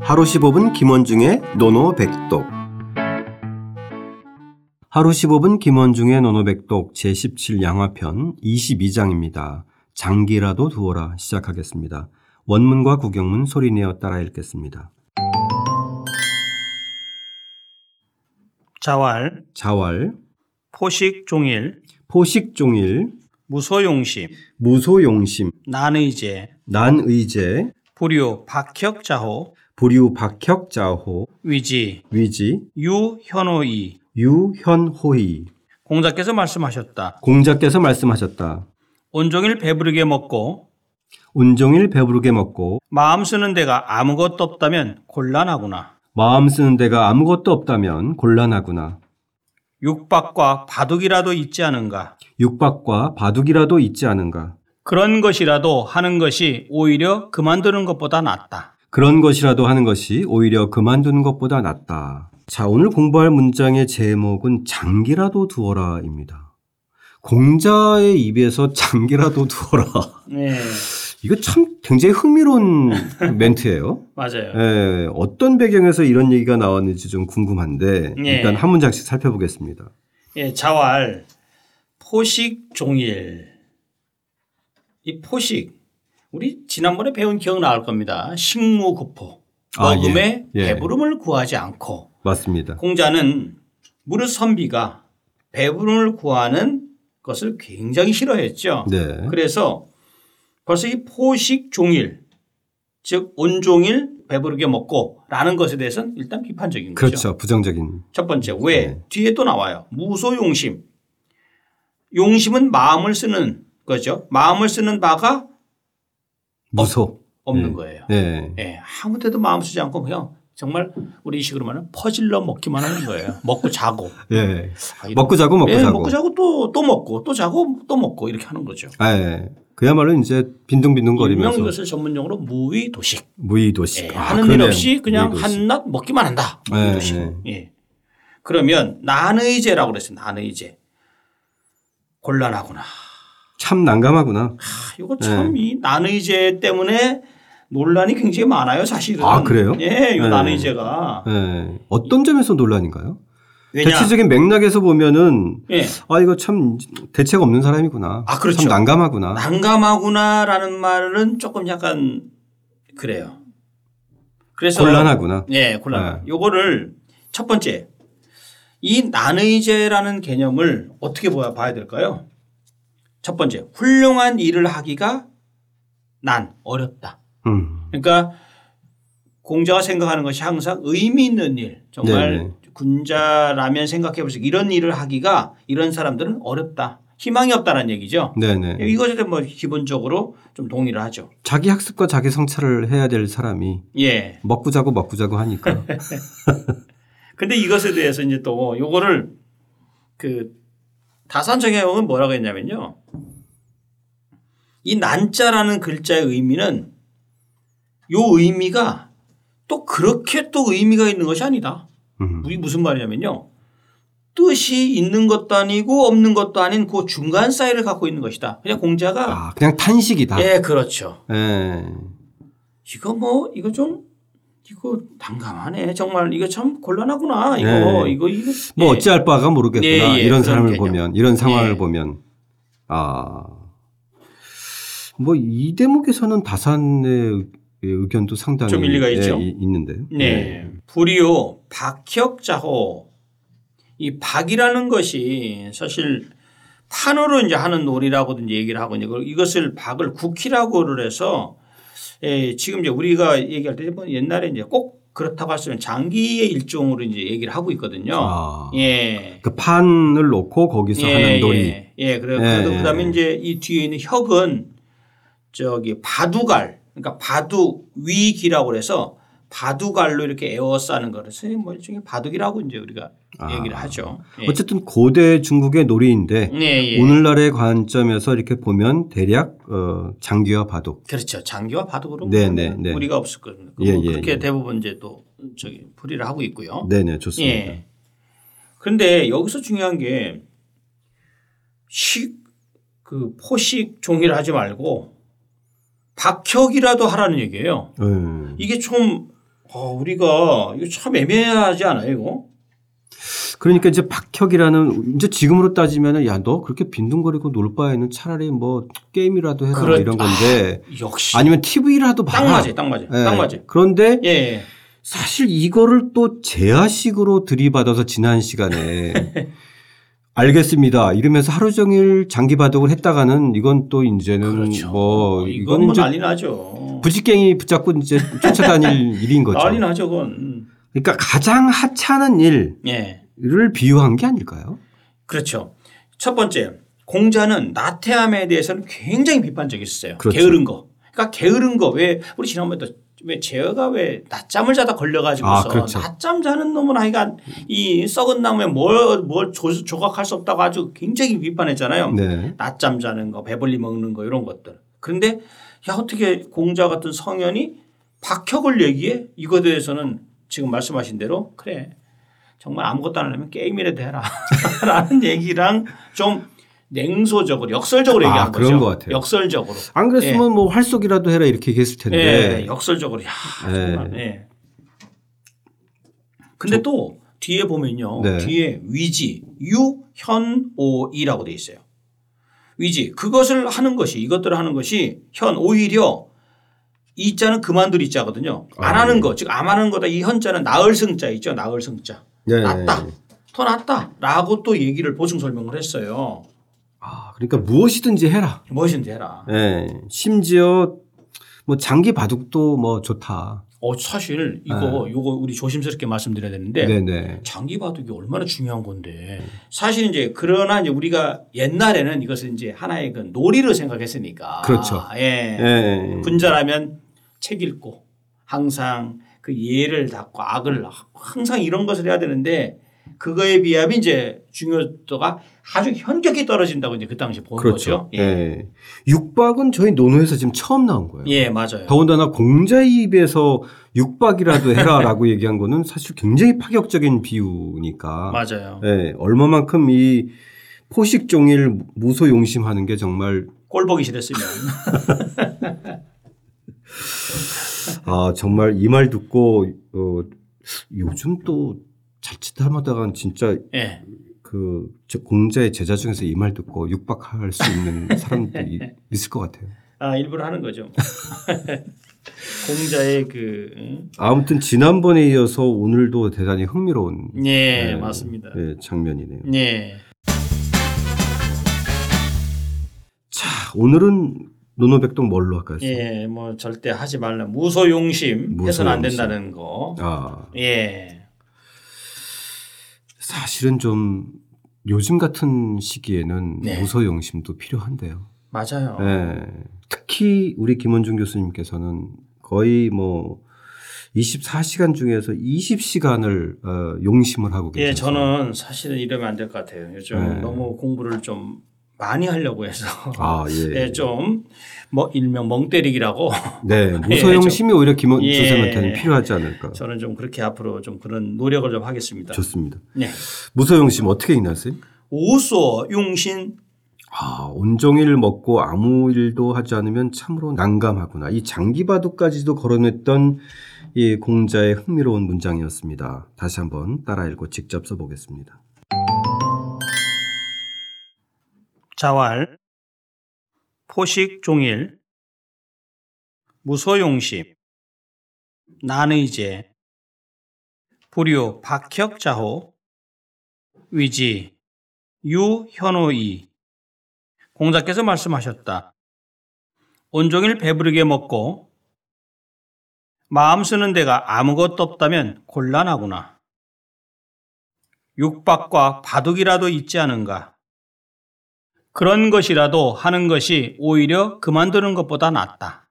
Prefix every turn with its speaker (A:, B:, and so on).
A: 하루 15분 김원중의 노노백독 하루 15분 김원중의 노노백독 제17양화편 22장입니다. 장기라도 두어라 시작하겠습니다. 원문과 구경문 소리내어 따라 읽겠습니다.
B: 자활,
A: 자왈,
B: 포식 종일,
A: 포식종일,
B: 무소용심,
A: 무소용심,
B: 난의제,
A: 난의제,
B: 불효, 박혁자호,
A: 불유 박혁자호,
B: 위지,
A: 위지,
B: 유현호이.
A: 유현호희.
B: 공자께서 말씀하셨다.
A: 공자께서 말씀하셨다.
B: 온종일 배부르게 먹고
A: 온종일 배부르게 먹고
B: 마음 쓰는 데가 아무것도 없다면 곤란하구나.
A: 마음 쓰는 데가 아무것도 없다면 곤란하구나.
B: 육박과 바둑이라도 있지 않은가.
A: 육박과 바둑이라도 있지 않은가.
B: 그런 것이라도 하는 것이 오히려 그만두는 것보다 낫다.
A: 그런 것이라도 하는 것이 오히려 그만두는 것보다 낫다. 자, 오늘 공부할 문장의 제목은 장기라도 두어라입니다. 공자의 입에서 장기라도 두어라.
B: 네,
A: 이거 참 굉장히 흥미로운 멘트예요.
B: 맞아요.
A: 예, 어떤 배경에서 이런 얘기가 나왔는지 좀 궁금한데
B: 예.
A: 일단 한 문장씩 살펴보겠습니다.
B: 예, 자활 포식 종일 이 포식 우리 지난번에 배운 기억 나올 겁니다. 식무구포
A: 아,
B: 먹음에
A: 예. 예.
B: 배부름을 구하지 않고
A: 맞습니다.
B: 공자는 무릇 선비가 배부름을 구하는 것을 굉장히 싫어했죠.
A: 네.
B: 그래서 벌써 이 포식 종일 즉 온종일 배부르게 먹고라는 것에 대해서는 일단 비판적인 거죠.
A: 그렇죠. 부정적인.
B: 첫 번째 왜
A: 네.
B: 뒤에 또 나와요 무소용심 용심은 마음을 쓰는 거죠 마음을 쓰는 바가
A: 무소.
B: 없는
A: 네.
B: 거예요
A: 네.
B: 예 아무데도 마음 쓰지 않고 그냥 정말 우리 식으로 말하면 퍼질러 먹기만 하는 거예요 먹고 자고
A: 예.
B: 아, 이런-
A: 먹고 자고 먹고
B: 예,
A: 자고.
B: 먹고 자고 또 또 먹고 또 자고 또 먹고 이렇게 하는 거죠
A: 아, 예. 그야말로 이제 빈둥빈둥거리면서
B: 분명 이것을 전문용어로 무의도식
A: 무의도식.
B: 예,
A: 아,
B: 하는 일
A: 그러네요.
B: 없이 그냥
A: 무의도식.
B: 한낱 먹기만 한다.
A: 네,
B: 무의도식.
A: 네.
B: 예. 그러면 난의제라고 그랬어요. 난의제. 곤란하구나. 아,
A: 참 난감하구나.
B: 이거
A: 네.
B: 참 이 난의제 때문에 논란이 굉장히 많아요, 사실은.
A: 아, 그래요?
B: 예, 이
A: 네.
B: 난의제가.
A: 예. 어떤 점에서 논란인가요?
B: 아. 왜냐?
A: 대체적인 맥락에서 보면은
B: 예.
A: 아 이거 참 대책 없는 사람이구나.
B: 아, 그렇죠.
A: 참 난감하구나.
B: 난감하구나라는 말은 조금 약간 그래요. 그래서
A: 곤란하구나. 네.
B: 예, 곤란. 요거를 첫 번째 이 난의제라는 개념을 어떻게 봐- 봐야 될까요? 첫 번째 훌륭한 일을 하기가 난 어렵다.
A: 음.
B: 그러니까 공자가 생각하는 것이 항상 의미 있는 일, 정말
A: 네네.
B: 군자라면 생각해 보세요. 이런 일을 하기가 이런 사람들은 어렵다. 희망이 없다라는 얘기죠.
A: 네네.
B: 이것에 대해 뭐 기본적으로 좀 동의를 하죠.
A: 자기 학습과 자기 성찰을 해야 될 사람이
B: 예.
A: 먹고 자고 먹고 자고 하니까
B: 근데 이것에 대해서 이제 또 요거를 그 다산 정형은 뭐라고 했냐면요. 이 난자라는 글자의 의미는 요 의미가 또 그렇게 또 의미가 있는 것이 아니다.
A: 음.
B: 우리 무슨 말이냐면요. 뜻이 있는 것도 아니고 없는 것도 아닌 그 중간 사이를 갖고 있는 것이다. 그냥 공자가
A: 아 그냥 탄식이다.
B: 예, 그렇죠.
A: 예.
B: 이거 뭐 이거 좀 이거 난감하네. 정말 이거 참 곤란하구나. 이거
A: 네.
B: 이거 이거
A: 뭐
B: 예.
A: 어찌할 바가 모르겠구나.
B: 예, 예,
A: 이런
B: 그런
A: 사람을
B: 개념.
A: 보면 이런 상황을
B: 예.
A: 보면 아뭐 이 대목에서는 다산의 의견도 상당히
B: 좀 일리가 있죠.
A: 예, 이- 있는데요.
B: 네. 불이요. 박혁자호. 이 박이라는 것이 사실 판으로 이제 하는 놀이라고도 이제 얘기를 하고 이제 그걸 이것을 박을 국희라고를 해서 예, 지금 이제 우리가 얘기할 때 뭐 옛날에 이제 꼭 그렇다고 했으면 장기의 일종으로 이제 얘기를 하고 있거든요.
A: 아,
B: 예.
A: 그 판을 놓고 거기서 하는 놀이.
B: 예, 예. 그래
A: 예,
B: 그
A: 예.
B: 그다음에 이제 이 뒤에 있는 혁은 저기 바둑알 그러니까 바둑 위기라고 해서 바둑알로 이렇게 에워싸는 거를 선생님 뭐 일종의 바둑이라고 이제 우리가
A: 아.
B: 얘기를 하죠. 예.
A: 어쨌든 고대 중국의 놀이인데
B: 예, 예.
A: 오늘날의 관점에서 이렇게 보면 대략 어, 장기와 바둑.
B: 그렇죠. 장기와 바둑으로
A: 네,
B: 뭐
A: 네, 네.
B: 우리가 없을 거예요.
A: 예,
B: 뭐
A: 예,
B: 그렇게
A: 예.
B: 대부분 이제 또 저기 풀이를 하고 있고요.
A: 네네 좋습니다.
B: 어? 예. 그런데 여기서 중요한 게 식, 그 포식 종일 하지 말고 박혁이라도 하라는 얘기예요.
A: 음.
B: 이게 좀 아, 우리가 이거 참 애매하지 않아요, 이거?
A: 그러니까 이제 박혁이라는 이제 지금으로 따지면은 야 너 그렇게 빈둥거리고 놀 바에는 차라리 뭐 게임이라도 해라
B: 그렇- 아,
A: 이런 건데
B: 역시.
A: 아니면 TV라도 봐라.
B: 딱 맞아요, 딱 맞아요,
A: 예.
B: 딱 맞아요.
A: 그런데
B: 예, 예.
A: 사실 이거를 또 제아식으로 들이받아서 지난 시간에 알겠습니다. 이러면서 하루 종일 장기 바둑을 했다가는 이건 또 이제는
B: 그렇죠.
A: 뭐
B: 이건
A: 이건
B: 뭐
A: 이제
B: 난리 나죠.
A: 부지깽이 붙잡고 이제 쫓아다닐 일인 거죠.
B: 난리 나죠, 그건. 음.
A: 그러니까 가장 하찮은
B: 예.
A: 일을 비유한 게 아닐까요?
B: 그렇죠. 첫 번째 공자는 나태함에 대해서는 굉장히 비판적이었어요.
A: 그렇죠.
B: 게으른 거. 그러니까 게으른 거 왜 우리 지난번에도 왜 제어가 왜 낮잠을 자다 걸려가지고서
A: 아, 그렇죠.
B: 낮잠 자는 놈은 하여간 이 썩은 나무에 뭘, 뭘 조- 조각할 수 없다고 아주 굉장히 비판했잖아요.
A: 네.
B: 낮잠 자는 거, 배불리 먹는 거 이런 것들. 그런데 야 어떻게 공자 같은 성현이 박혁을 얘기해? 이거에 대해서는 지금 말씀하신 대로 그래 정말 아무것도 안 하려면 게임이라도 해라라는 얘기랑 좀 냉소적으로 역설적으로
A: 아,
B: 얘기한
A: 그런
B: 거죠.
A: 것 같아요.
B: 역설적으로.
A: 안 그랬으면 뭐 활속이라도 해라 이렇게 얘기했을 텐데.
B: 예, 역설적으로. 야,
A: 예.
B: 정말. 예. 근데 또 뒤에 보면요.
A: 네.
B: 뒤에 위지 유현오이라고 돼 있어요. 위지 그것을 하는 것이 이것들을 하는 것이 현 오히려 이 자는 그만둘 이 자거든요. 안
A: 아,
B: 하는 거, 즉 안 하는 거다. 이 현 자는 나을 승자 있죠. 나을 승자.
A: 예.
B: 낫다. 더 낫다라고 또 얘기를 보충 설명을 했어요.
A: 아, 그러니까 무엇이든지 해라.
B: 무엇인지 해라.
A: 예. 심지어 뭐 장기 바둑도 뭐 좋다.
B: 어 사실 이거 요거 우리 조심스럽게 말씀드려야 되는데
A: 네, 네.
B: 장기 바둑이 얼마나 중요한 건데 사실 이제 그러나 이제 우리가 옛날에는 이것을 이제 하나의 그 놀이로 생각했으니까
A: 그렇죠.
B: 예.
A: 예.
B: 군자라면 책 읽고 항상 그 예를 닦고 악을 항상 이런 것을 해야 되는데 그거에 비하면 이제 중요도가 아주 현격히 떨어진다고 이제 그 당시 본
A: 그렇죠.
B: 거죠.
A: 예. 육박은 저희 논어에서 지금 처음 나온 거예요.
B: 예, 맞아요.
A: 더군다나 공자의 입에서 육박이라도 해라라고 얘기한 거는 사실 굉장히 파격적인 비유니까.
B: 맞아요.
A: 예. 얼마만큼 이 포식종일 무소용심하는 게 정말
B: 꼴 보기 싫었으면
A: 아 정말 이 말 듣고 어, 요즘 또 자칫 하다가 진짜
B: 예.
A: 그 저- 공자의 제자 중에서 이 말 듣고 육박할 수 있는 사람들이 있을 것 같아요.
B: 아, 일부러 하는 거죠. 공자의 그 응?
A: 아무튼 지난번에 이어서 오늘도 대단히 흥미로운
B: 예,
A: 네.
B: 맞습니다.
A: 예, 장면이네요.
B: 예.
A: 자 아, 오늘은 노노백동 뭘로 할까요?
B: 예, 뭐 절대 하지 말라. 무소용심 해서는 안
A: 무소용심.
B: 된다는 거.
A: 아
B: 예.
A: 사실은 좀 요즘 같은 시기에는
B: 네.
A: 무소용심도 필요한데요.
B: 맞아요.
A: 예. 특히 우리 김원중 교수님께서는 거의 뭐 24시간 중에서 20시간을 어, 용심을 하고 계세요.
B: 예, 저는 사실은 이러면 안 될 것 같아요. 요즘
A: 네.
B: 너무 공부를 좀 많이 하려고 해서
A: 아, 예.
B: 예, 좀 뭐 일명 멍 때리기라고
A: 네, 무소용심이 오히려 김원
B: 예.
A: 선생님한테는 필요하지 않을까.
B: 저는 좀 그렇게 앞으로 좀 그런 노력을 좀 하겠습니다.
A: 좋습니다.
B: 네.
A: 무소용심 어떻게 읽나요, 쌤?
B: 오소 용신
A: 아, 온종일 먹고 아무 일도 하지 않으면 참으로 난감하구나. 이 장기바둑까지도 거론했던 이 공자의 흥미로운 문장이었습니다. 다시 한번 따라 읽고 직접 써보겠습니다.
B: 자활 포식 종일 무소용심 난의제 불효 박혁자호 위지 유현호이 공자께서 말씀하셨다. 온종일 배부르게 먹고 마음 쓰는 데가 아무것도 없다면 곤란하구나. 육박과 바둑이라도 있지 않은가. 그런 것이라도 하는 것이 오히려 그만두는 것보다 낫다.